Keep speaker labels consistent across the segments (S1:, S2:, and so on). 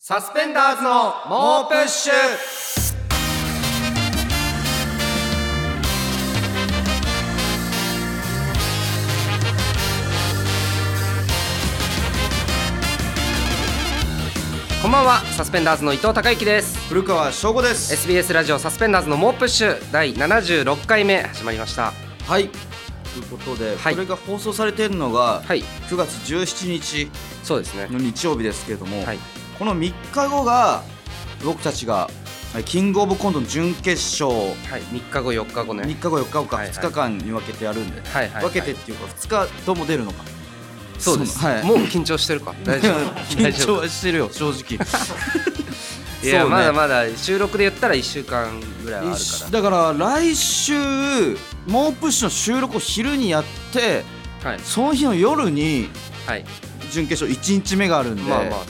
S1: サスペンダーズの猛プッシュこんばんはサスペンダーズの伊藤孝之です
S2: 古川翔吾です
S1: SBS ラジオサスペンダーズの猛プッシュ第76回目始まりました
S2: はいということで、
S1: はい
S2: これが放送されているのが
S1: はい
S2: 9月17日
S1: そうですね
S2: の日曜日ですけれども、
S1: はい
S2: この3日後が僕たちがはいキングオブコントの準決勝、
S1: はい3日後4日後ね
S2: 3日後4日後か
S1: はいはい
S2: 2日間に分けてやるんで、
S1: はいはいはい
S2: 分けてっていうか2日とも出るのか
S1: そうです、
S2: はい、
S1: もう緊張してるか大 丈夫
S2: 緊
S1: 大丈
S2: 張
S1: 夫
S2: はしてるよ正 直
S1: いや、
S2: そうね
S1: まだまだ収録で言ったら1週間ぐらいはある
S2: 一
S1: か
S2: だから来週猛プッシュの収録を昼にやって
S1: らはい
S2: その日の夜に
S1: はい
S2: 準決勝1日目があるんで、
S1: まあまあ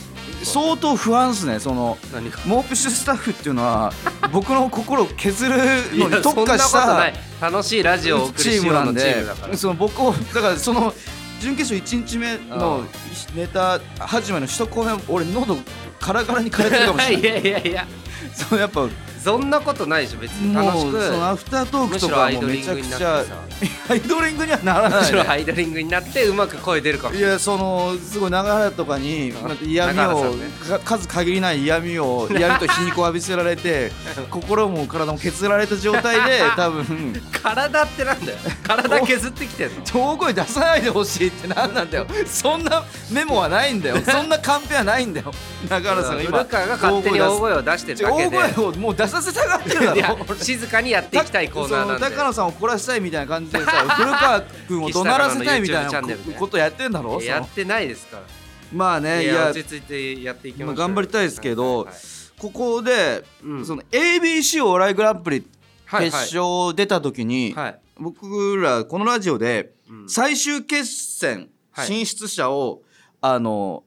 S2: 相当不安ですねその
S1: 何か
S2: モープッシュスタッフっていうの は僕の心を削るのに特化し
S1: そんなことな
S2: た
S1: い楽しいラジオを送る
S2: チームなん
S1: シオのチ
S2: で
S1: ームだから
S2: その僕をだからその準決勝1日目
S1: う
S2: の
S1: ん
S2: ネタ始まりの一公演俺喉カラカラに枯れてるかもしれな い
S1: やいやいや
S2: そのやっぱもう
S1: そんなことないでしょ別に楽し
S2: その
S1: く
S2: アフタートーク
S1: む
S2: と
S1: しろ
S2: か
S1: アイ
S2: も
S1: ド
S2: め
S1: リン
S2: ちゃ
S1: グ
S2: く
S1: になって
S2: ち
S1: さ
S2: ゃ アイドリングにはなら
S1: む
S2: ない
S1: し
S2: ね
S1: ろアイドリングになってうまく声出るかも
S2: いやそのすごい長原とかに
S1: うん
S2: なんか嫌味
S1: 長原
S2: を、
S1: さんね
S2: か数限りない嫌味 を嫌味と皮肉を浴びせられて心も体も削られた状態 で多分
S1: 体ってなんだよ体削ってきてんの
S2: 大声出さないでほしいって何なんだよそんなメモはないんだよそんなカンペはないんだよ長原さんが
S1: 古
S2: 今
S1: 川が勝手に大声を出してるだけ
S2: 大
S1: で
S2: 声をもう出させたがってるだ
S1: いや
S2: ろ
S1: 静かにやっていきたいコーナーなんで
S2: その高野さんを怒らせたいみたいな感じでさ古川君を怒鳴らせたいみたい
S1: 岸田カナ
S2: な
S1: の YouTube チャンネルね
S2: ことやってんだろ
S1: いややっ
S2: そ
S1: てないですから
S2: のまあね
S1: い
S2: い
S1: や
S2: や
S1: 落ち着いてやっていきましょう
S2: まあ頑張りたいですけど
S1: はいはい
S2: ここで、
S1: うん
S2: その ABC お笑いグランプリ決
S1: はいはい
S2: 勝出た時に、
S1: はいはい
S2: 僕らこのラジオで
S1: うん
S2: 最終決戦
S1: はい
S2: 進出者を、あの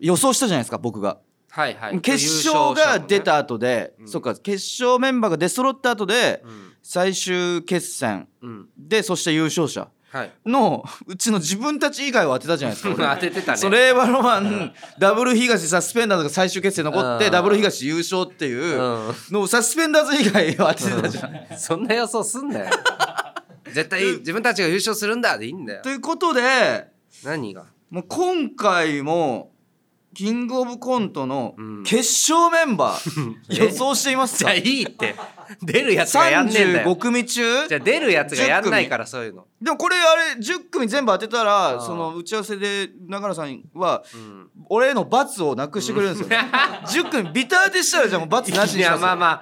S2: 予想したじゃないですか僕が
S1: はいはい
S2: 決勝が出、た後で、
S1: うん
S2: そっか決勝メンバーが出揃った後で、
S1: うん
S2: 最終決戦
S1: うん、
S2: でそして優勝者
S1: はい
S2: のうちの自分たち以外を当てたじゃないですか俺
S1: 当ててたね
S2: それ令和ロマンダブル東サスペンダーズが最終決戦残っ
S1: う
S2: て
S1: ん
S2: ダブル東優勝っていう
S1: うん
S2: のをサスペンダーズ以外は当ててたじゃん。
S1: そんな予想すんなよ 絶対自分たちが優勝するんだでいいんだよ
S2: ということで
S1: 何が
S2: もう今回もキングオブコントの
S1: うん
S2: 決勝メンバー
S1: え
S2: 予想しています
S1: じゃ
S2: か
S1: あいいって出るやつがやんねえんだ
S2: 35
S1: よ
S2: 組中
S1: じゃあ出るやつがやんないからそういうの、
S2: でもこれあれ10組全部当てた
S1: あ
S2: ら
S1: ー
S2: その打ち合わせで永野さんは
S1: うん、
S2: 俺への罰をなくしてくれるん ですよ10組ビターでしたらじゃあもう罰なし
S1: い
S2: にし
S1: や
S2: ますよ
S1: まあまあ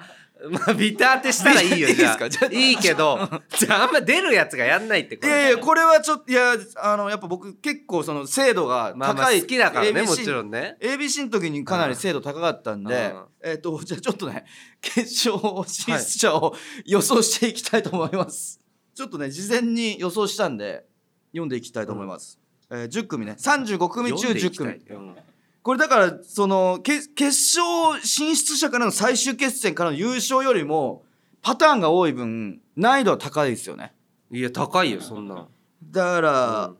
S1: まあビタ当てしたらいいよ
S2: ビ
S1: じゃ
S2: タいいです
S1: あ
S2: かじゃあ
S1: いいけ どじゃああんま出るやつがやんないってこ
S2: い
S1: れ
S2: やいやこれはちょっといやあのやっぱ僕結構その精度が高い、
S1: まあまあ好きだからね
S2: ABC
S1: もちろんね
S2: ABC の時にかなり精度高かったんで、
S1: うん
S2: えっ、と じゃあちょっとね決勝進出者を予想していきたいと思います、 ちょっとね事前に予想したんで読んでいきたいと思います、えー10組ね35組中
S1: 読んでい
S2: 10
S1: きたい
S2: 組
S1: うん
S2: これだからそのけ決勝進出者からの最終決戦からの優勝よりもパターンが多い分難易度は高いですよね
S1: いや高いよそんな
S2: だから、
S1: うん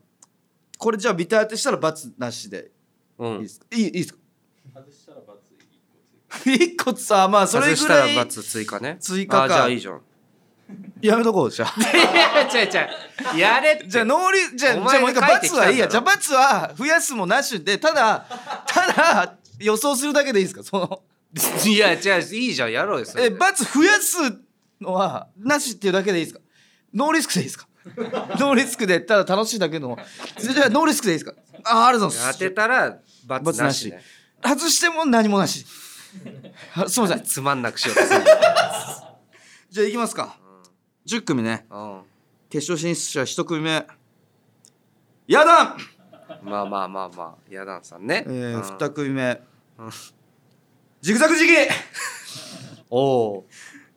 S2: これじゃあビタ当てしたら罰なしで
S1: う
S2: いいで
S1: ん
S2: すか、いいいいですか一個つあまあそ
S1: 外
S2: れぐ
S1: した
S2: ら
S1: ら
S2: い
S1: 罰追加ね
S2: 追加か
S1: あじゃあいいじゃん
S2: やめとこうじゃあ
S1: いや違う違うやれって
S2: じゃあノーリじゃあ
S1: お
S2: じゃ
S1: 前
S2: あもう一
S1: が
S2: 回
S1: 書いてきたん
S2: 罰
S1: だ
S2: は
S1: ろ
S2: いいやじゃあ罰は増やすもなしで ただただ予想するだけでいいですかその
S1: いや違ういいじゃんやろうよそれ
S2: え
S1: で
S2: 罰増やすのはなしっていうだけでいいですかノーリスクでいい ですかノーリスクでただ楽しいだけのじゃあノーリスクでいいですかあありがとうございま
S1: 当
S2: す
S1: てたら罰
S2: 罰
S1: な
S2: な
S1: し
S2: し
S1: ね
S2: 外しても何も なしあすいません
S1: つまんなくしようとするう
S2: じゃあいきますか、10組ね
S1: ん
S2: 決勝進出者1組目ヤダン、
S1: まあまあまあまあヤダンさんね
S2: えー
S1: うん
S2: 2組目、ジグザグジギ
S1: おお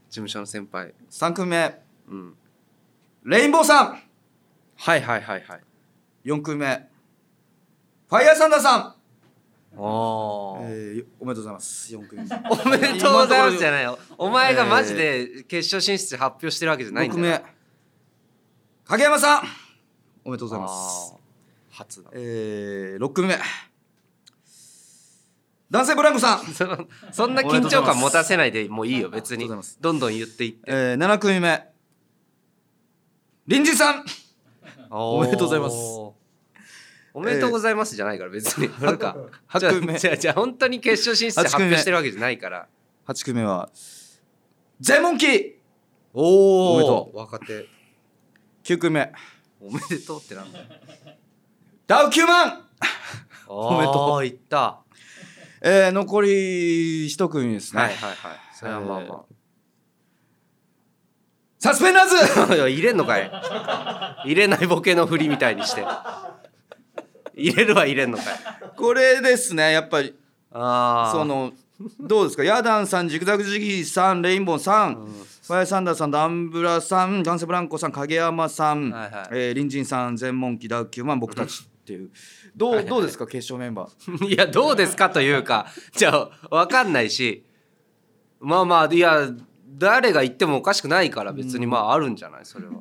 S1: 事務所の先輩
S2: 3組目
S1: うん
S2: レインボーさん
S1: はいはいはいはい
S2: 4組目ファイヤーサンダーさん、
S1: お
S2: え
S1: ー
S2: ーおめでとうございます4組目
S1: おめでとうございますじゃ
S2: い
S1: ないよお前がマジで決勝進出発表してるわけじゃないん
S2: 6
S1: だよ
S2: 名影山さんおめでとうございます
S1: あー初だ
S2: えー、6組目男性ブランコさん、
S1: そのそんな緊張感持たせないでもういいよ別
S2: あり
S1: に
S2: がとうございます
S1: どんどん言っ ていって
S2: えー、7組目隣人さん
S1: お
S2: めでとうございます
S1: おめでとうございますじゃないから別になんかじゃ
S2: 組目
S1: あじゃあじゃあ本当に決勝進出
S2: 八
S1: 発
S2: 組目
S1: 表してるわけじゃないから
S2: 8組目はゼモンキー
S1: お
S2: おめでと
S1: お若手
S2: 9組目
S1: おめでとうってなん だ
S2: ダウ9万、
S1: お
S2: めでと
S1: ういった
S2: えー、残り1組ですね、
S1: はいはいはいそれはまあ ま
S2: サスペンダーズ
S1: あいや入れんのかい入れないボケの振りみたいにして入れるは入れんのかい
S2: これですねやっぱり
S1: ああ
S2: そのどうですかヤダンさんジグザグジギーさんレインボーさん、ファイアサンダーさんダンブラさん男性ブランコさん影山さん、
S1: はいはい
S2: えー隣人さん全問記ダウキューマン僕たちっていうどうどうですか決勝メンバー
S1: いやどうですかというかじゃあ分かんないしまあまあいや誰が言ってもおかしくないから別にまああるんじゃないそれは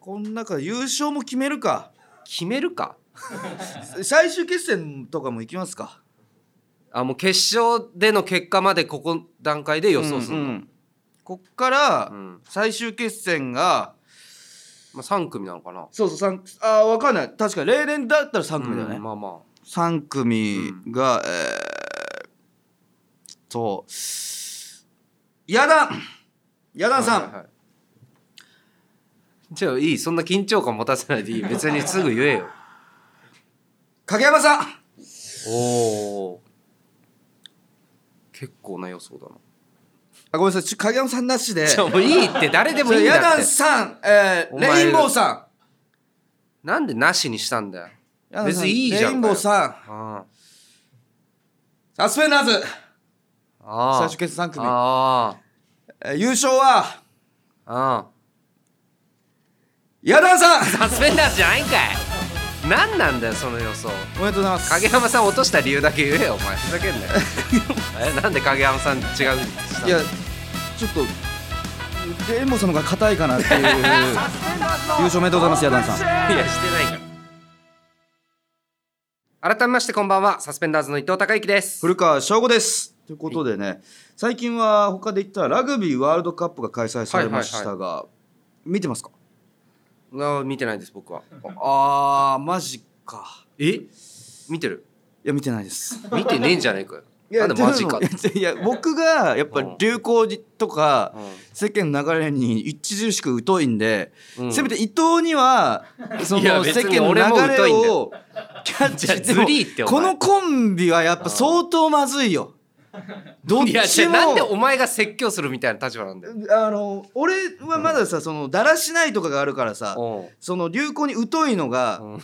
S2: この中優勝も決める か
S1: 決めるか
S2: 最終決戦とかも行きますか
S1: あもう決勝での結果までここ段階で予想する、
S2: うんうんこっから
S1: うん
S2: 最終決戦が、
S1: まあ、3組なのかな
S2: そうそう三あーわかんない確かに例年だったら3組だよね、
S1: うんまあまあ
S2: 3組が、えーっとヤダンヤダンさん、
S1: はいはいはいじゃあいいそんな緊張感持たせないで いい別にすぐ言えよ
S2: 影山さん
S1: おお結構な予想だな
S2: あごめんなさいちょ影山さんなしで
S1: じゃあもういいって誰でもいいんだ
S2: ヤ
S1: っ
S2: ダ
S1: て
S2: ンさん、えー
S1: お前
S2: レインボーさ
S1: なんでなしにしたんだよ
S2: ん
S1: 別にいいじゃん
S2: レインボーさん
S1: あ
S2: サスペンダーズ
S1: あ
S2: 最終決戦3組、
S1: あ
S2: えー優勝は
S1: ああ
S2: ヤダンさん
S1: あサスペンダーズじゃないんかい何なんだよその予想
S2: おめでとうございます
S1: 影山さん落とした理由だけ言えよお前ふざけんなよ えなんで影山さん違うした
S2: いやちょっとレインボーさんの方が硬いかな っていう優勝おめでとうございますヤダンさん
S1: いやしてないから改めましてこんばんはサスペンダーズの伊藤孝之です
S2: 古川翔吾です。ということでね、最近は他で言ったらラグビーワールドカップが開催されましたが、
S1: は
S2: 見てますか
S1: あ見てないです僕は
S2: あーマジか。
S1: え見てる
S2: いや見てないです。
S1: 見てねえんじゃねえかよなんでマジかって
S2: いや僕がやっぱ
S1: うん
S2: 流行とか、
S1: うん
S2: 世間の流れに著しく疎いんで、
S1: うん
S2: せめて伊藤にはそ
S1: いや
S2: の
S1: 別
S2: 世
S1: に
S2: 間の
S1: 俺も
S2: 流
S1: 疎い
S2: れ
S1: んだ
S2: を
S1: よ
S2: キャッチして
S1: いやずりーってお
S2: こ
S1: 前
S2: のコンビはやっぱ相当まずいよ。どっ
S1: いやじ
S2: ち
S1: ゃあ
S2: も
S1: なんでお前が説教するみたいな立場なんだよ
S2: あの俺はまださ、そのだらしないとかがあるからさ、
S1: うん
S2: その流行に疎いのが、
S1: うん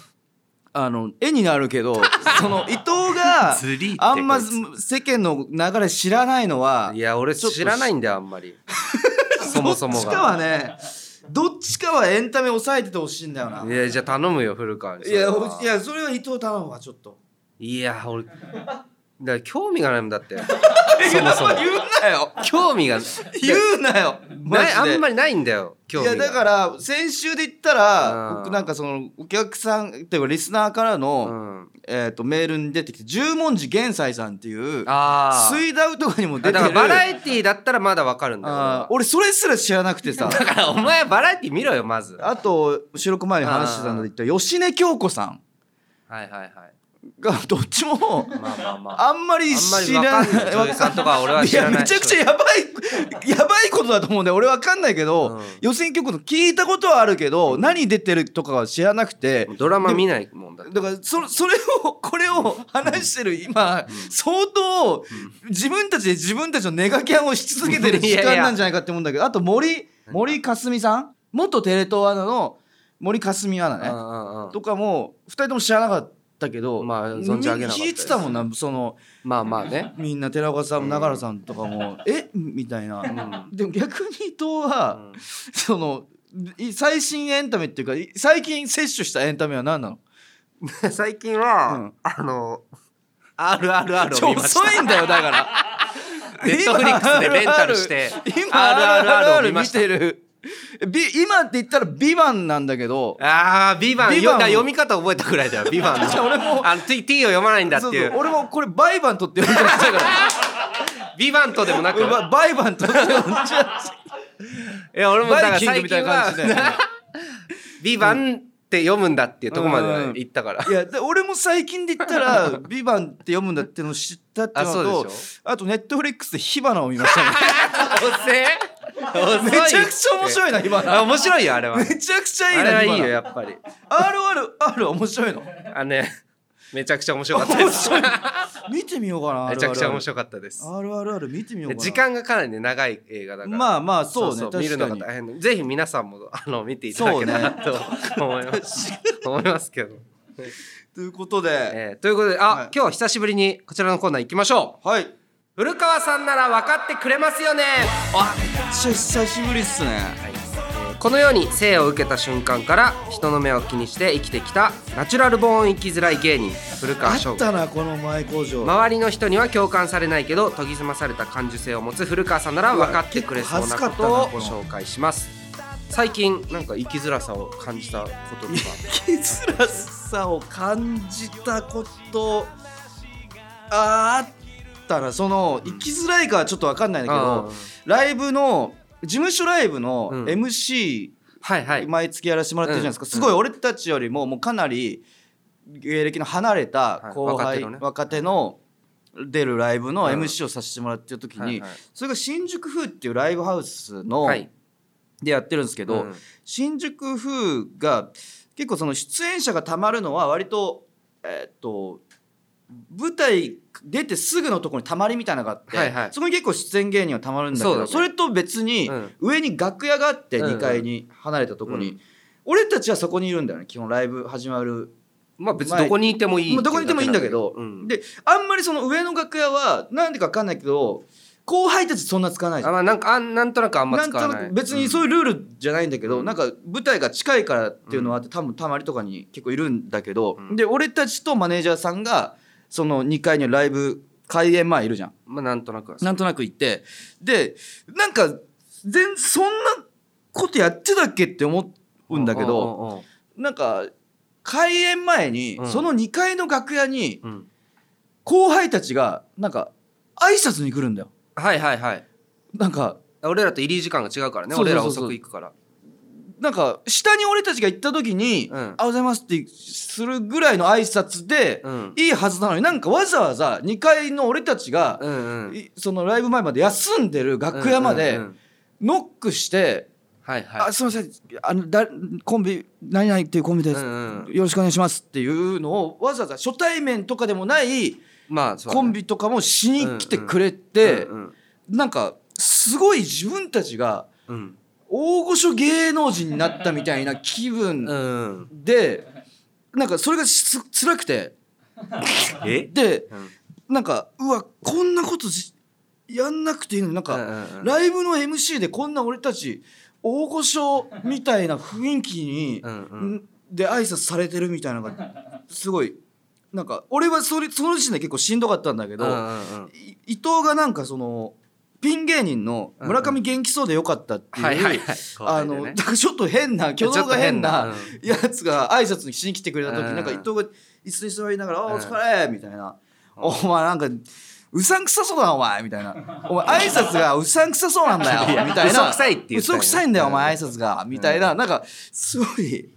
S2: あの絵になる けどその伊藤が
S1: ずりーって
S2: あんま
S1: こいつ
S2: 世間の流れ知らないのはい
S1: や俺
S2: ちょっと
S1: 知らないんだよあんま りそもそも
S2: ど
S1: が
S2: っちかはねどっちかはエンタメ抑えててほしいんだよない
S1: やじゃあ頼むよ古川に
S2: いや
S1: それは
S2: おいやそれは伊藤頼むわちょっと
S1: いや俺だから興味がないもんだ ってそもそも
S2: 言うなよ
S1: 興味が
S2: 言うなよマ
S1: な
S2: ジ
S1: い
S2: で
S1: あんまりないんだよ興
S2: い
S1: 味が
S2: やだから先週で言ったら
S1: うん
S2: 僕なんかそのお客さんっていうかリスナーからの、
S1: うん
S2: えー、とメールに出てきて十文字玄斎さんっていう
S1: ああ
S2: スイダウとかにも出
S1: だか
S2: て
S1: らバ
S2: る
S1: ラエティーだったらまだわかるんだよ俺
S2: あー
S1: は
S2: 俺それすら知らなくてさ
S1: だからお前バラエティー見ろよまずは
S2: あと収録前に話してたので言った芳根京子さん
S1: いはいはい
S2: が どっちも
S1: まあまあまあ
S2: あんまり
S1: あんま
S2: 知
S1: りわ
S2: ら
S1: か
S2: ない
S1: んない女優さんとか俺は知らない
S2: やめちゃくちゃやばいやばいことだと思うんで俺わかんないけ
S1: う
S2: ど
S1: ん
S2: 芳根京子の聞いたことはあるけど何出てるとかは知らなくて
S1: ドラマ見ないもんだって
S2: だからそそれを これを話してる今、相当自分たちで自分たちのネガキャンをし続けてる時間なんじゃないかって思うんだけどあと森森かすみさん元テレ東アナの森かすみアナ
S1: うんう
S2: ね
S1: んうん
S2: とかも2人とも知らなかったけど、
S1: まあ存じ上げなかったです
S2: 聞いてたもんなその
S1: まあまあね
S2: みんな寺岡さんも永原さんとかも、えみたいな、でも逆に伊藤は、
S1: うん
S2: そのい最新エンタメっていうかい最近摂取したエンタメは何なの
S1: 最近は、
S2: うん
S1: あの RRR を見ました
S2: 遅いんだよ だから
S1: Netflix でレンタルして
S2: 今
S1: RRR を
S2: RRR
S1: 見ま
S2: 見
S1: した
S2: てるび今って言ったら「ビバンなんだけど
S1: ああ、ビバン。
S2: ビバン
S1: よだ読み方覚えたくらいだよ、ビバンの。
S2: 俺も
S1: あの、T, T を読まないんだって
S2: そう
S1: い。
S2: そうう俺もこれバイバンとって呼んじゃった から
S1: ビバンとでもなく。い
S2: ばバイバンとって呼んじゃった
S1: や、俺もだか
S2: バ
S1: ら
S2: イキング
S1: 最
S2: みたい
S1: 近
S2: な感
S1: は
S2: じ、で
S1: ビバンって読むんだっていうとこまで行った から。
S2: いやで俺も最近で言っ たら「ビバンって読むんだってのを知ったっていうの
S1: あそう
S2: と
S1: でし
S2: あとネットフリックスで「火花」を見まし たね
S1: 遅
S2: め
S1: い
S2: ちゃくちゃ面白いな火花
S1: あ面白いよあれは
S2: めちゃくちゃいい
S1: あ
S2: な
S1: れはい
S2: 火
S1: いよ
S2: 花
S1: やっぱり
S2: RRR 面白いの
S1: あのねめちゃくちゃ面白かったです
S2: 見てみようかな
S1: めちゃくちゃ面
S2: 白い
S1: 白かったです
S2: RRR 見てみようかな
S1: 時間がかなりね長い映画だから
S2: まあまあそうね
S1: 見るのが
S2: 確か
S1: 大変でぜひ皆さんも あの見ていただけたらと思い ます、思いますけど、
S2: ということで
S1: えーということであ、
S2: はい
S1: 今日は久しぶりにこちらのコーナー行きましょう
S2: はいめっ
S1: 古川さんなら分かってくれますよね
S2: ちゃ久しぶりっすね
S1: このように生を受けた瞬間から人の目を気にして生きてきたナチュラルボーン生きづらい芸人古
S2: あ
S1: 川翔
S2: っ
S1: 吾
S2: たなこの前工場
S1: 周りの人には共感されないけど研ぎ澄まされた感受性を持つ古川さんなら分かってくれそうなことをご紹介します最近なんか生きづらさを感じたこととか
S2: 生きづらさを感じたことあーあったらその生きづらいかはちょっと分かんないんだけ
S1: あ
S2: どライブの事務所ライブの
S1: うん
S2: MC
S1: はいはい
S2: 毎月やらせてもらってるじゃないですか、
S1: うん
S2: すごい俺たちよりももうかなり芸歴の離れた後輩、
S1: はい若手のね
S2: 若手の出るライブの
S1: うん
S2: MC をさせてもらってる時に、
S1: はいはい
S2: それが新宿風っていうライブハウスの、
S1: はい
S2: でやってるんですけど、
S1: うん
S2: 新宿風が結構その出演者がたまるのは割とえーっと舞台出てすぐのところにたまりみたいなのがあって、
S1: はいはい
S2: そこに結構出演芸人はたまるんだけ
S1: そう
S2: ど
S1: だ
S2: そ
S1: ね
S2: れと別に
S1: うん
S2: 上に楽屋があって
S1: うんうん
S2: 2階に離れたところに、
S1: うん
S2: 俺たちはそこにいるんだよね基本ライブ始まる
S1: まあ別にどこにいてもいい
S2: まあどこにいてもいいんだけど、
S1: うん
S2: であんまりその上の楽屋はなんでか分かんないけど後輩たちそんな使わないじゃ
S1: あ
S2: ん
S1: まあなんかあんなんとなくあんま
S2: なん
S1: 使
S2: と
S1: わ
S2: な
S1: ない
S2: く別にそういうルールじゃないんだけど、なんか舞台が近いからっていうのはあって多分たまりとかに結構いるんだけど、
S1: うん
S2: で俺たちとマネージャーさんがその2階にライブ開演前いるじゃん
S1: うんまあなんとなくは
S2: なんとなく行ってでなんか全そんなことやってたっけって思うんだけど、
S1: うんうんうん
S2: なんか開演前に、
S1: うん
S2: その2階の楽屋に
S1: うん
S2: 後輩たちがなんか挨拶に来るんだよ
S1: はいはいはい
S2: なんか
S1: 俺らと入り時間が違うからね
S2: そう
S1: 俺
S2: そうそ
S1: ら
S2: うそう
S1: 遅く行くから
S2: なんか下に俺たちが行った時に「
S1: うん
S2: あおはようございます」ってするぐらいの挨拶で、
S1: うん
S2: いいはずなのになんかわざわざ2階の俺たちが、
S1: うんうん
S2: いそのライブ前まで休んでる楽屋ま
S1: うん
S2: で
S1: うんうん
S2: ノックして
S1: はい
S2: 「
S1: は
S2: あすいませんあのだコンビ何々っていうコンビ
S1: い
S2: で
S1: う
S2: す、
S1: んうん
S2: よろしくお願いします」っていうのをわざわざ初対面とかでもない
S1: まあそうだね
S2: コンビとかもしに来てくれて、
S1: うんうん
S2: なんかすごい自分たちが
S1: うん
S2: 大御所芸能人になったみたいな気分。
S1: うん
S2: でなんかそれがしつ辛くて
S1: え
S2: で
S1: うん
S2: なんかうわこんなことじやんなくていいのになんか、
S1: うんうんうん
S2: ライブの MC でこんな俺たち大御所みたいな雰囲気に、
S1: うんうん
S2: んで挨拶されてるみたいなのがすごいなんか俺はそれその時点で結構しんどかったんだけど、
S1: うんうん
S2: い伊藤がなんかそのピン芸人の村上元気そうでよかったっていう、
S1: はいはいはい
S2: あのなんかちょっと変な挙動が変な
S1: ちょ
S2: やつが挨拶しに来てくれた時、
S1: うん
S2: なんか伊藤が椅子に座りながら「
S1: うん
S2: お疲れ!」みたいな「お前なんかうさんくさそうだなお前」みたいな「 お前挨拶がうさんくさそうなんだよ」みたいな
S1: 嘘くさいって言ったよ
S2: 嘘くさいんだよお前挨拶が」みたいななんかすごい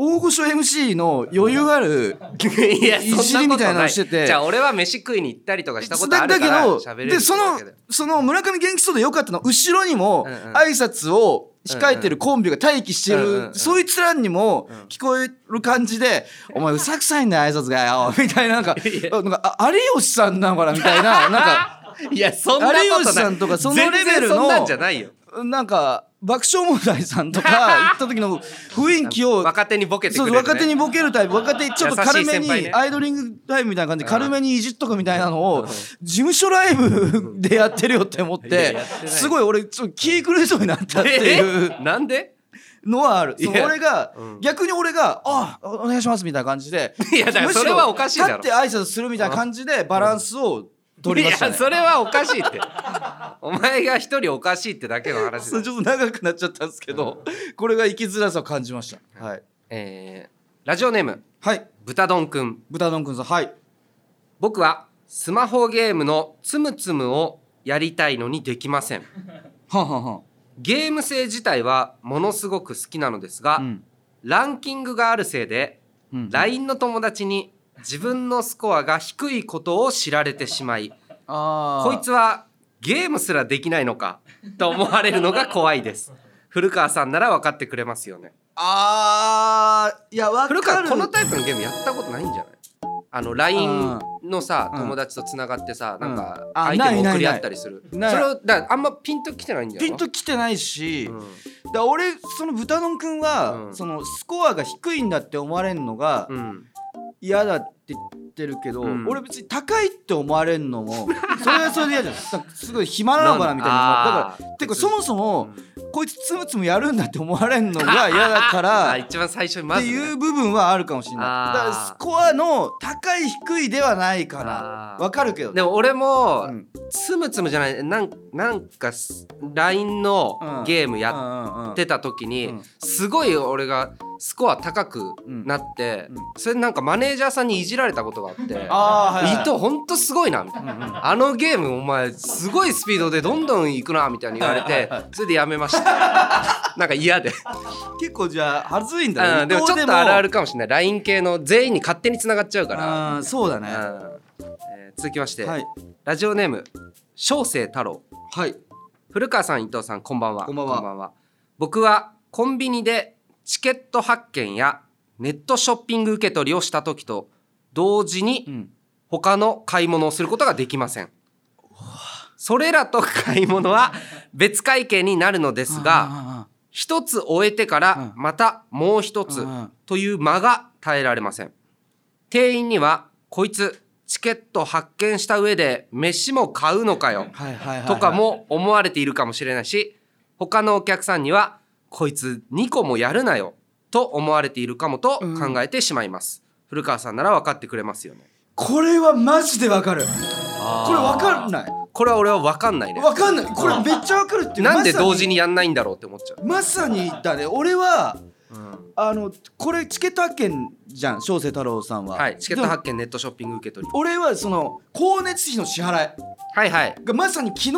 S2: 大御所 MC の余裕ある
S1: いや
S2: いじりみたいなのしてて
S1: じゃあ俺は飯食いに行ったりとかしたことあ
S2: だ
S1: る
S2: だ
S1: か
S2: け
S1: ら
S2: ど
S1: 喋れる
S2: でその
S1: だけで
S2: その村上元気そうでよかったの後ろにも
S1: うんうん
S2: 挨拶を控えてるコンビが待機して
S1: うんうんう
S2: る
S1: ん
S2: そいつらにも
S1: ん
S2: 聞こえる感じで「お前うさくさいんだよ挨拶 がよ」みたいななんかなんかあ有吉さんなのかなみたいななんか
S1: いやそんなことない
S2: 有吉さんとかそのレベ
S1: 全然
S2: ルの
S1: そんなんじゃないよ
S2: なんか爆笑問題さんとか行った時の雰囲気を
S1: 若手にボケて
S2: そ
S1: く
S2: う
S1: れる、ね、
S2: 若手にボケるタイプ若手ちょっと軽め
S1: 優しい先輩
S2: に、
S1: ね
S2: アイドリングタイムみたいな感じで軽めにいじっとくみたいなのを事務所ライブでやってるよって思っ
S1: いや
S2: て
S1: やってない
S2: すごい俺ちょっと気狂いそうに なったっていう
S1: えなんで
S2: のはある
S1: いや
S2: その俺が
S1: うん
S2: 逆に俺が「あおお願いします」みたいな感じで
S1: いやだから
S2: むしろ
S1: それはおかしいだろ
S2: 立って挨拶するみたいな感じでバランスを取りました
S1: いや
S2: ね
S1: それはおかしいってお前が一人おかしいってだけの 話
S2: ち
S1: だ
S2: ょっ、と長くなっちゃったんですけど、これが生きづらさを感じましたはい
S1: えーラジオネーム
S2: はい
S1: 豚丼くん
S2: 豚丼くんさんはい
S1: 僕はスマホゲームのつむつむをやりたいのにできません
S2: はんはんはん
S1: ゲーム性自体はものすごく好きなのですが、
S2: うん
S1: ランキングがあるせいで、
S2: うん
S1: LINE の友達に自分のスコアが低いことを知られてしまい
S2: あー
S1: こいつはゲームすらできないのかと思われるのが怖いです古川さんなら分かってくれますよね
S2: あーいやわか
S1: 古
S2: る
S1: 川このタイプのゲームやったことないんじゃないあの LINE のさ
S2: うん
S1: 友達とつながってさなんか
S2: うんあ
S1: 相手も
S2: ないないない
S1: 送り合ったりするそれ
S2: ない
S1: をだからあんまピンときてないんじゃない
S2: ピンときてないし、
S1: うん
S2: だ俺その豚丼くんは、
S1: うん
S2: そのスコアが低いんだって思われるのが
S1: うん
S2: 嫌だって言ってるけど、
S1: うん
S2: 俺別に高いって思われるのもそれはそれで嫌じゃんなんかすごい暇なのかなみたいなだ
S1: あ
S2: か
S1: ー
S2: らてかそもそも、
S1: うん
S2: こいつつむつむやるんだって思われる のが嫌だか
S1: あ
S2: ら
S1: ー一番最初に
S2: っ
S1: ま
S2: て
S1: ずね
S2: いう部分はあるかもしれない
S1: あ
S2: だ
S1: ー
S2: からスコアの高い低いではないかな
S1: あー
S2: わかるけど
S1: でも俺も、
S2: うん
S1: つむつむじゃないなんなんかす LINE のゲームや
S2: や
S1: ってた時に、
S2: うん
S1: すごい俺がスコア高くなって、
S2: うん
S1: それなんかマネージャーさんにいじられたことがあって「
S2: あーはいはい
S1: 伊藤ほんとすごいな」みたいな、あのゲームお前すごいスピードでどんどん行くな」みたいに言われ
S2: はい
S1: て
S2: はいは
S1: それでやめました なんか嫌で、
S2: 結構じゃあはずいんだね
S1: うん、でも
S2: 伊
S1: ち
S2: 藤
S1: ょっとあるあるかもしれない LINE 系の全員に勝手に繋がっちゃうから、
S2: あーそうだね
S1: うんえー続きまして、
S2: はい
S1: ラジオネーム小生太郎
S2: はい
S1: 古川さん伊藤さんこんばんは
S2: こんばんは
S1: 僕はコンビニでチケット発券やネットショッピング受け取りをした時と同時
S2: う
S1: に
S2: ん
S1: 他の買い物をすることができませんそれらと買い物は別会計になるのですが
S2: あ
S1: 一つ終えてか
S2: うん
S1: らまたもう一つ
S2: うん
S1: という間が耐えられません店員にはこいつチケット発券した上で飯も買うのかよ
S2: ーはいはいはいはい
S1: とかも思われているかもしれないし他のお客さんにはこいつ2個もやるなよと思われているかもと考えてしまいます、古川さんなら分かってくれますよね
S2: これはマジでわかるこ
S1: こ
S2: れわかんない
S1: これは俺は分かんないね
S2: わかんないこれめっちゃわかるっていう
S1: なんで同時
S2: に
S1: にやんないんだろうって思っちゃう、
S2: まさにだね俺はあのこれチケット発券じゃん小生太郎さんは
S1: はいチケット
S2: でも
S1: 発券ネットショッピング受け取り
S2: 俺はその光熱費の支払い
S1: はいはい
S2: がまさに昨日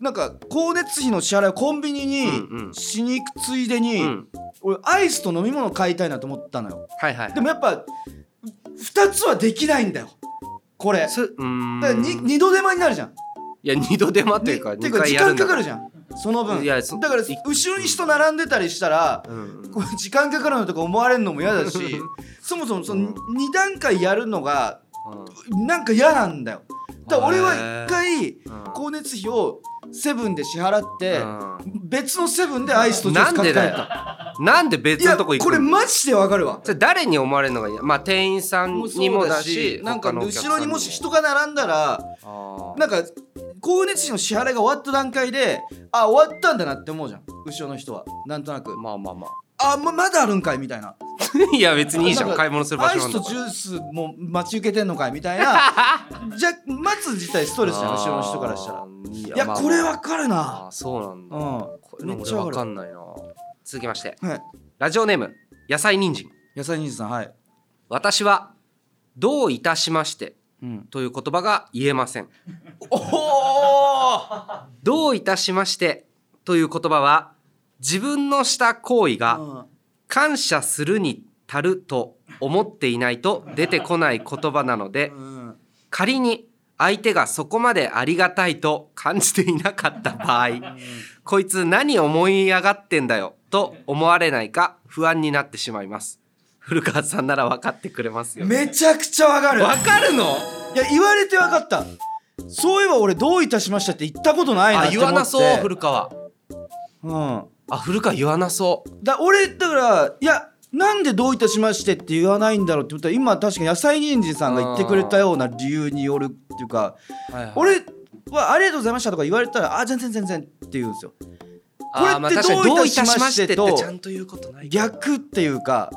S2: なんか光熱費の支払いをコンビニ
S1: うんう
S2: に
S1: ん
S2: しに行くついでに、
S1: うん
S2: 俺アイスと飲み物買いたいなと思ったのよ
S1: はいはい
S2: でもやっぱ2つはできないんだよこれだ
S1: すうーん
S2: からに二度手間になるじゃん
S1: いや二度手間と
S2: に
S1: いうか
S2: て
S1: 二
S2: か
S1: 回
S2: 時
S1: やる
S2: 間
S1: んだ
S2: かかるじゃんその分
S1: いやそ
S2: だから
S1: い
S2: 後ろに人並んでたりしたら、
S1: うんうん
S2: こう時間かかるのとか思われるのも嫌だしそもそもその2段階やるのがなんか嫌なんだよだから俺は1回光熱費をセブンで支払って
S1: う
S2: 別のセブンでアイスとジュース買って帰った
S1: んなんで
S2: い
S1: 別
S2: や
S1: のとこ行く
S2: これマジでわかるわ
S1: それ誰に思われるのがいいまあ店員さんにもだし
S2: なんか
S1: 他のお客
S2: 後
S1: さ
S2: ろ
S1: ん
S2: にもし人が並んだら
S1: あー
S2: なんか光熱費の支払いが終わった段階であ終わったんだなって思うじゃん後ろの人はなんとなく
S1: まあまあまあ
S2: あままだあるんかいみたいない
S1: や別 にいいじゃん
S2: なんか
S1: 買い物する場所なん
S2: アイ
S1: だ
S2: スと
S1: か
S2: ジ
S1: ら
S2: ュースも待ち受けてんのかいみた いなじゃ待つ自体ストレスじゃん後ろの人からしたら
S1: ら
S2: いやこれわ
S1: る
S2: かるな
S1: あーそうなんだ
S2: うん
S1: これ
S2: めっ
S1: 俺
S2: ちゃわか
S1: わ
S2: る
S1: かんないな続きまして
S2: はい
S1: ラジオネーム野菜人参
S2: 野菜人さんはい
S1: 私はどういたしまして
S2: うん
S1: という言葉が言えません
S2: おお
S1: どういたしましてという言葉は自分のした行為が、感謝するに足ると思っていないと出てこない言葉なので
S2: うん
S1: 仮に相手がそこまでありがたいと感じていなかった場合こいつ何思い上がってんだよと思われないか不安になってしまいます古川さんなら分かってくれますよ
S2: めちゃくちゃわかる
S1: 分かるの
S2: いや言われてわかったそういえば俺どういたしましたって言ったことないなっ
S1: あ
S2: て
S1: 言
S2: 思って
S1: わなそう古川
S2: う
S1: あ古川言わなそうん
S2: だ俺だからいやなんでどういたしましてって言わないんだろうって思ったら今確かに野菜人参さんが言ってくれたような理由によるっていうか俺は「ありがとうございました」とか言われたら「あ全然全然」って言うんですよ
S1: あー
S2: これ
S1: まあ
S2: って
S1: 確かに
S2: どういたしまして
S1: どういたしましてってち
S2: と
S1: ゃんと言うことない
S2: 逆っていうか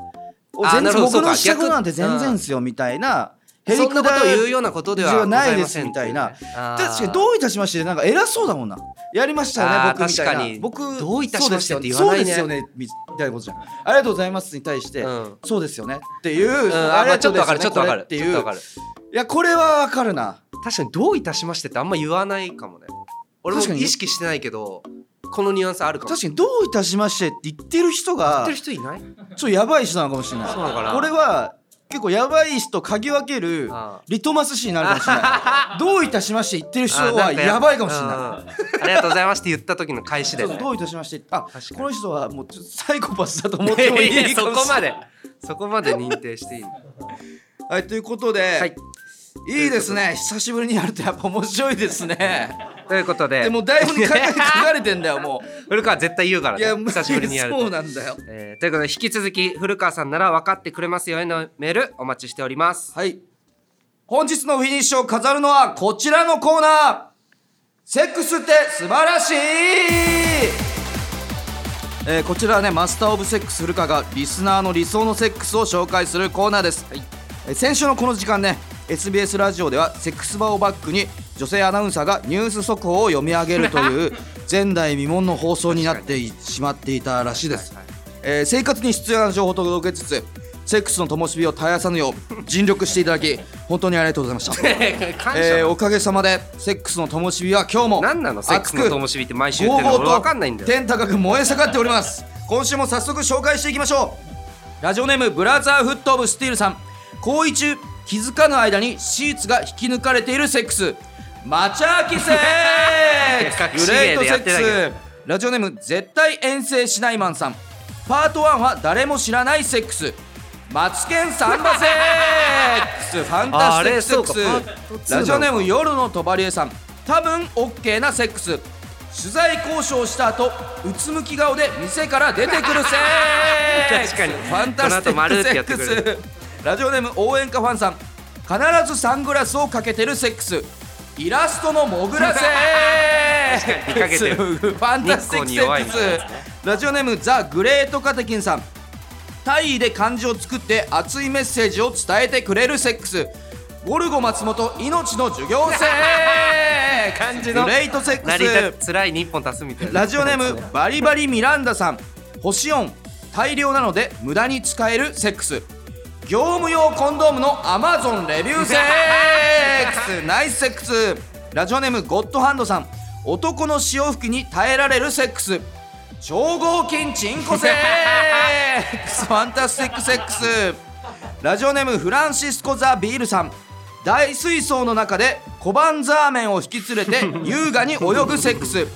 S1: あー
S2: 全
S1: なるほ
S2: 然
S1: ど
S2: 僕
S1: そう
S2: の
S1: か
S2: したこと
S1: 逆
S2: なんて全然ですよみたいなへり
S1: そん
S2: くだ
S1: なことを言うようなことではございません
S2: じゃないですみたいな確かに
S1: う
S2: どういたしましてでなんか偉そうだもんなやりましたよね
S1: あー
S2: 僕みたいな
S1: 確かに
S2: 僕
S1: どういたしましてって言
S2: そ
S1: わ
S2: う
S1: ない
S2: で
S1: ね
S2: すよねみたいなことじゃんありがとうございますに対して、
S1: うん
S2: そうですよねっていう、
S1: うんあ
S2: あり
S1: まあ
S2: が
S1: ちょっと
S2: で
S1: わ
S2: す
S1: か
S2: よね
S1: るちょっとわかる
S2: これ
S1: ちょ
S2: っ
S1: っ
S2: て
S1: と
S2: いう
S1: わかる
S2: いやこれはわかるな
S1: 確かにどういたしましてってあんま言わないかもね俺も
S2: 確かに
S1: 意識してないけどこのニュアンスあるかも
S2: 確かにどういたしましてって言ってる人が
S1: 知ってる人いない
S2: ちょっとやばい人なのかもしれない
S1: そうなのかな
S2: これは結構やばい人嗅ぎ分ける
S1: あ
S2: リトマス紙になるかもしれ ないどういたしまして言ってる人
S1: あな
S2: は
S1: んか
S2: やばいかもしれない
S1: うんありがとうございますって言った時の返しで
S2: そう
S1: ね
S2: そうどういたしましてあ
S1: 確かに
S2: この人はもうちょっとサイコパスだと思ってもいい
S1: やや
S2: か
S1: そ
S2: もし
S1: こ
S2: れな
S1: ま
S2: い
S1: でそこまで認定していいは
S2: はいということで、い、いですね久しぶりにやるとやっぱ面白いです ね
S1: ということで
S2: でも台本に考え書 かれてんだよも
S1: 古川絶対言うから
S2: う
S1: ね久しぶりにやると
S2: そうなんだよ
S1: えーということで引き続き古川さんなら分かってくれますよへのメールお待ちしております
S2: はい本日のフィニッシュを飾るのはこちらのコーナーセックスって素晴らしいえーこちらはねマスター・オブ・セックス古川がリスナーの理想のセックスを紹介するコーナーです、えー先週のこの時間ね SBS ラジオではセックス場をバックに女性アナウンサーがニュース速報を読み上げるという 前代未聞の放送になっていしまっていたらしいです、
S1: はいはい
S2: えー生活に必要な情報と届けつつセックスの灯火を絶やさぬよう尽力していただき本当にありがとうございま した
S1: 感謝、
S2: えーおかげさまでセックスの灯火は今日も
S1: 何なのセックスの灯火って毎週言ってるの
S2: 攻
S1: 俺
S2: 防
S1: 分かんないん だよ
S2: 天高く燃え盛っております今週も早速紹介していきましょうラジオネームブラザーフットオブスティールさん行為中気づかぬ間にシーツが引き抜かれているセックスマチャーキセ ック
S1: 隠し
S2: スグレ
S1: 芸
S2: ート
S1: で
S2: セ
S1: やっ
S2: ック
S1: てたけど
S2: スラジオネーム絶対遠征しないマンさんパート1は誰も知らないセックスマツケンサンバセック スファンタスティックセッ
S1: ああれそうかパート
S2: クス
S1: 2
S2: ラジオネーム夜のとばりえさん多分 OK なセックス取材交渉した後うつむき顔で店から出てくるセックス
S1: 確かに
S2: ファンタスティ
S1: この後丸
S2: ッ
S1: っ
S2: ク
S1: て
S2: セ
S1: や
S2: ッ
S1: って
S2: ク
S1: く
S2: ス
S1: れ
S2: ラジオネーム応援歌ファンさん必ずサングラスをかけてるセックスイラストのモグラセ
S1: 確かに
S2: ック
S1: 見かけてる
S2: スファンタスティック
S1: 日光
S2: セッ
S1: に弱いみ
S2: ク
S1: たいな
S2: スラジオネームザ・グレート・カテキンさん大意で漢字を作って熱いメッセージを伝えてくれるセックスゴルゴ松本命の授業セックス
S1: 漢字の
S2: グレートセック
S1: 成り立
S2: ス
S1: つ辛いに一本足すみたいな
S2: ラジオネームバリバリミランダさん星音大量なので無駄に使えるセックス業務用コンドームのアマゾンレビューセックスナイスセックスラジオネームゴッドハンドさん男の潮吹きに耐えられるセックス超合金チンコセックスファンタスティックセックスラジオネームフランシスコ・ザ・ビールさん大水槽の中で小判ザーメンを引き連れて優雅に泳ぐセックス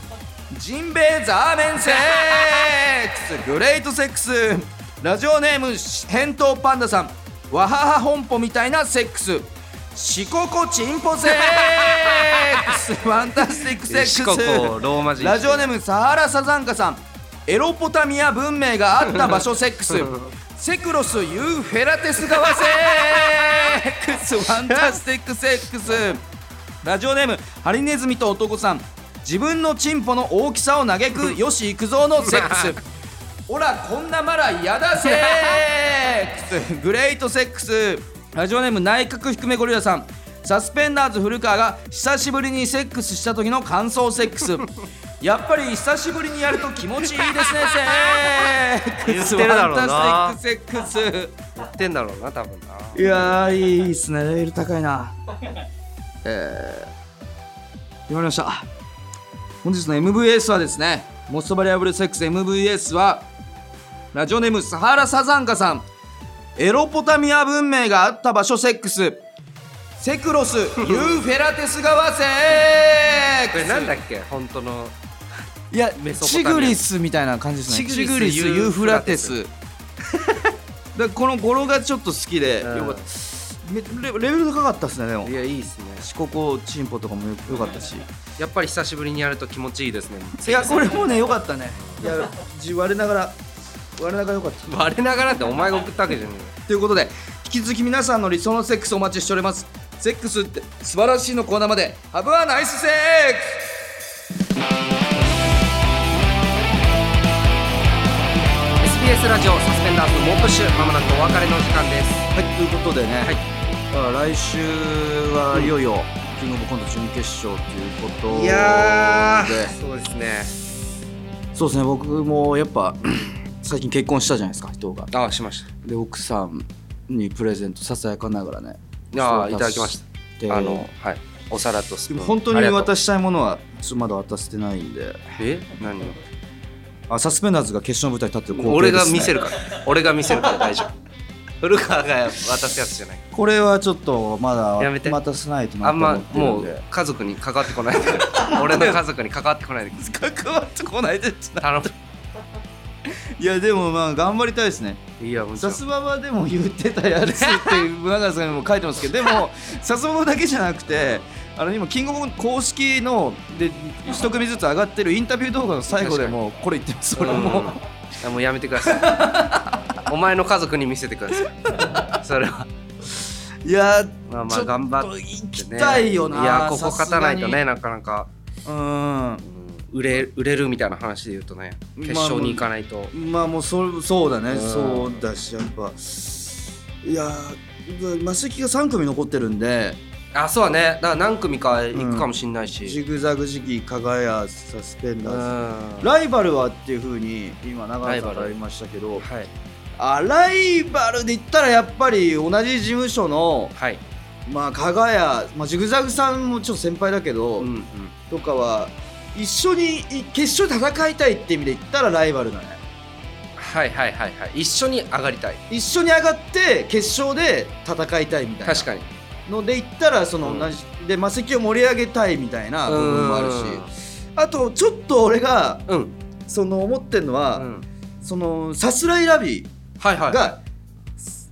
S2: ジンベエザーメンセックスグレートセックスラジオネーム返答パンダさんわはは本舗みたいなセックスシココチンポセックスファンタスティックセック ス
S1: 四国をローマ字に
S2: ラジオネームサハラサザンカさんエロポタミア文明があった場所セックスセクロス・ユー・フェラテス川セックスファンタスティックセックスラジオネームハリネズミと男さん自分のチンポの大きさを嘆 くよし行くぞのセックスほらこんなマラやだセックス グレートセックスラジオネーム内閣低めゴリラさんサスペンダーズ古川が久しぶりにセックスした時の感想セッ クスやっぱり久しぶりにやると気持ちいいですねセックス
S1: 言ってるだろうな
S2: ファンタスティックセックス
S1: やってんだろうな多分ない
S2: やーいいっすねレベル高い なえー、決まりました本日の MVS はですねモストバリアブルセックス MVS はラジオネームサハラサザンカさんエロポタミア文明があった場所セックスセクロスユーフェラテス川セッ
S1: こ
S2: ク
S1: れ
S2: ス
S1: なんだっけ本当の
S2: いや
S1: メソポタ
S2: チ
S1: ミア
S2: グリスみたいな感じですね
S1: チグリスユーフラテス
S2: だ からこの語呂がちょっと好きで、
S1: うん
S2: よかっためレレベル高かったですねでも
S1: いやいいっすね
S2: 四国チンポとかもよよかったし
S1: やっぱり久しぶりにやると気持ちいいですね
S2: いやこれもねよかったねいやじ我ながら我ながらよかった
S1: 我ながらってお前が送ったわけじゃね
S2: ということで引き続き皆さんの理想のセックスお待ちしておりますセックスって素晴らしいのコーナーまでハブはナイスセックス
S1: え SBS ラジオサスペンダーズ猛プッシュまもなくお別れの時間です
S2: はい、ということでね、
S1: はい
S2: だから来週はいよいよキングオブコント準決勝ということで
S1: いやーそうですね
S2: そうですね僕もやっぱ 最近結婚したじゃないですか伊藤が
S1: あしまし
S2: で奥さんにプレゼントささやかながらね
S1: たあーいただきましたたあのはいお皿とスプーン
S2: 本当
S1: あ
S2: に
S1: りがとう
S2: 渡したいものはちょっとまだ渡せてないんで
S1: え何を
S2: あサスペンダーズが決勝の舞台に立ってる光景
S1: 俺
S2: です、ね、
S1: が見せる から俺が見せるから大丈夫古川が渡すやつじゃない
S2: これはちょっとまだ
S1: やめて
S2: 渡さないとな
S1: あ
S2: と
S1: ん
S2: 思
S1: ま
S2: ってる
S1: も
S2: んで
S1: う家族に関わってこないで 俺の家族に関わってこないで
S3: 関わってこないでって
S1: 頼
S3: いやでもまあ頑張りたいですね
S1: むいやもちろ
S3: さ
S1: ん
S3: すばばでも言ってたやつっていう永瀬さんにも書いてますけどで もさすばばだけじゃなくてあの今キングオブコント公式ので一組ずつ上がってるインタビュー動画の最後でもこれ言ってます俺も
S1: うんあもうやめてくださいお前の家族に見せてくださいそれ はい
S3: やー
S1: まあま
S3: ちょ
S1: あ
S3: っと
S1: 頑張ってね
S3: 行きたいよない
S1: やここ勝たないと
S3: さすが
S1: ねなかなか
S3: うん
S1: 売れ売れるみたいな話で言うとね決勝に行かないと、
S3: まあもうそそうだね、
S1: うん
S3: そう
S2: だしやっぱいやーマセキが3組残ってるんで
S1: あそうだねだから何組か行くかもしんないし、
S2: ジグザグジギー、加賀谷、サスペン
S1: う
S2: ダ
S1: ん
S2: ーズ、
S1: は
S2: ライバルはっていうふうに今長野さ
S1: ライバ
S2: ん
S1: ル
S2: が言いましたけど
S1: い
S2: あライバルで言ったらやっぱり同じ事務所の、
S1: はい、
S2: まあ、加賀谷、まあ、ジグザグさんもちょっと先輩だけど、
S1: うんうん、
S2: とかは一緒にい決勝で戦いたいって意味で言ったらライバルだね
S1: はいはいはいはい一緒に上がりたい
S2: 一緒に上がって決勝で戦いたいみたいな
S1: 確かに
S2: ので言ったらその同じ、でマセキを盛り上げたいみたいな部分もあるしあとちょっと俺が
S1: うん、
S2: その思ってんのは、
S1: うん
S2: そのさすらいラビ
S1: はいは
S2: ー
S1: い
S2: が、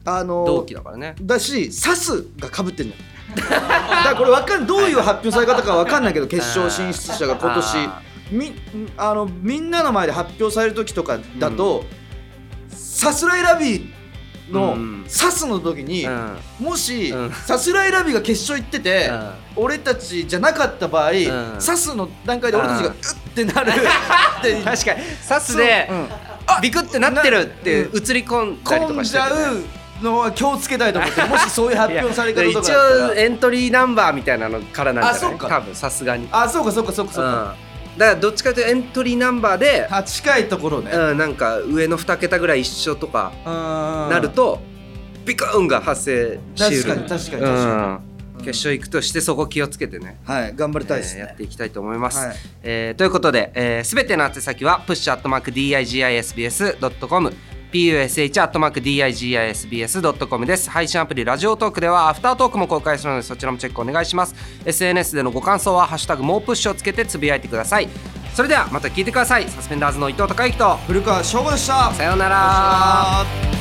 S2: あの
S1: 同期だからね
S2: だしサスがかぶってんの だからこれわかんどういう発表され方かわかんないけど決勝進出者が今
S1: あ
S2: 年みあのみんなの前で発表される時とかだと、さすらいラビーの、
S1: うん
S2: サスの時に、
S1: うん
S2: もし、
S1: うん
S2: さすらいラビーが決勝行ってて、俺たちじゃなかった場合、
S1: ん
S2: サスの段階で俺たちが
S1: う
S2: うんってなるって
S1: 確かにサスで、
S2: うん
S1: ビクってなってるって映り込んだりと
S2: 混
S1: か
S2: ん
S1: し
S2: じ
S1: てるよね
S2: ゃうのは気をつけたいと思ってもしそういう発表され方と
S1: 一
S2: かだった
S1: 応
S2: ら
S1: エントリーナンバーみたいなのからなんじゃな
S2: あそ
S1: いう
S2: か
S1: 多分さすがに
S2: あそうかそうかそうかそうか、
S1: うん、だからどっちかというとエントリーナンバーで、
S2: あ近いところね、
S1: うん、なんか上の2桁ぐらい一緒とかな
S2: な
S1: ると、ビクーンが発生し
S2: 確
S1: うる
S2: かに確かに確かに、
S1: うん、決勝行くとしてそこ気をつけてね、
S2: はい頑張りたいです
S1: えーや
S2: ね
S1: っ、ていきたいと思います、
S2: はい
S1: えーということで、えー、全ての宛先は push.digisbs.com push.digisbs.com です配信アプリラジオトークではアフタートークも公開するのでそちらもチェックお願いします SNS でのご感想は「ハッシュタグもうプッシュ」をつけてつぶやいてくださいそれではまた聞いてくださいサスペンダーズの伊藤孝之と
S2: 古川翔吾でした
S1: さようなら
S2: さようなら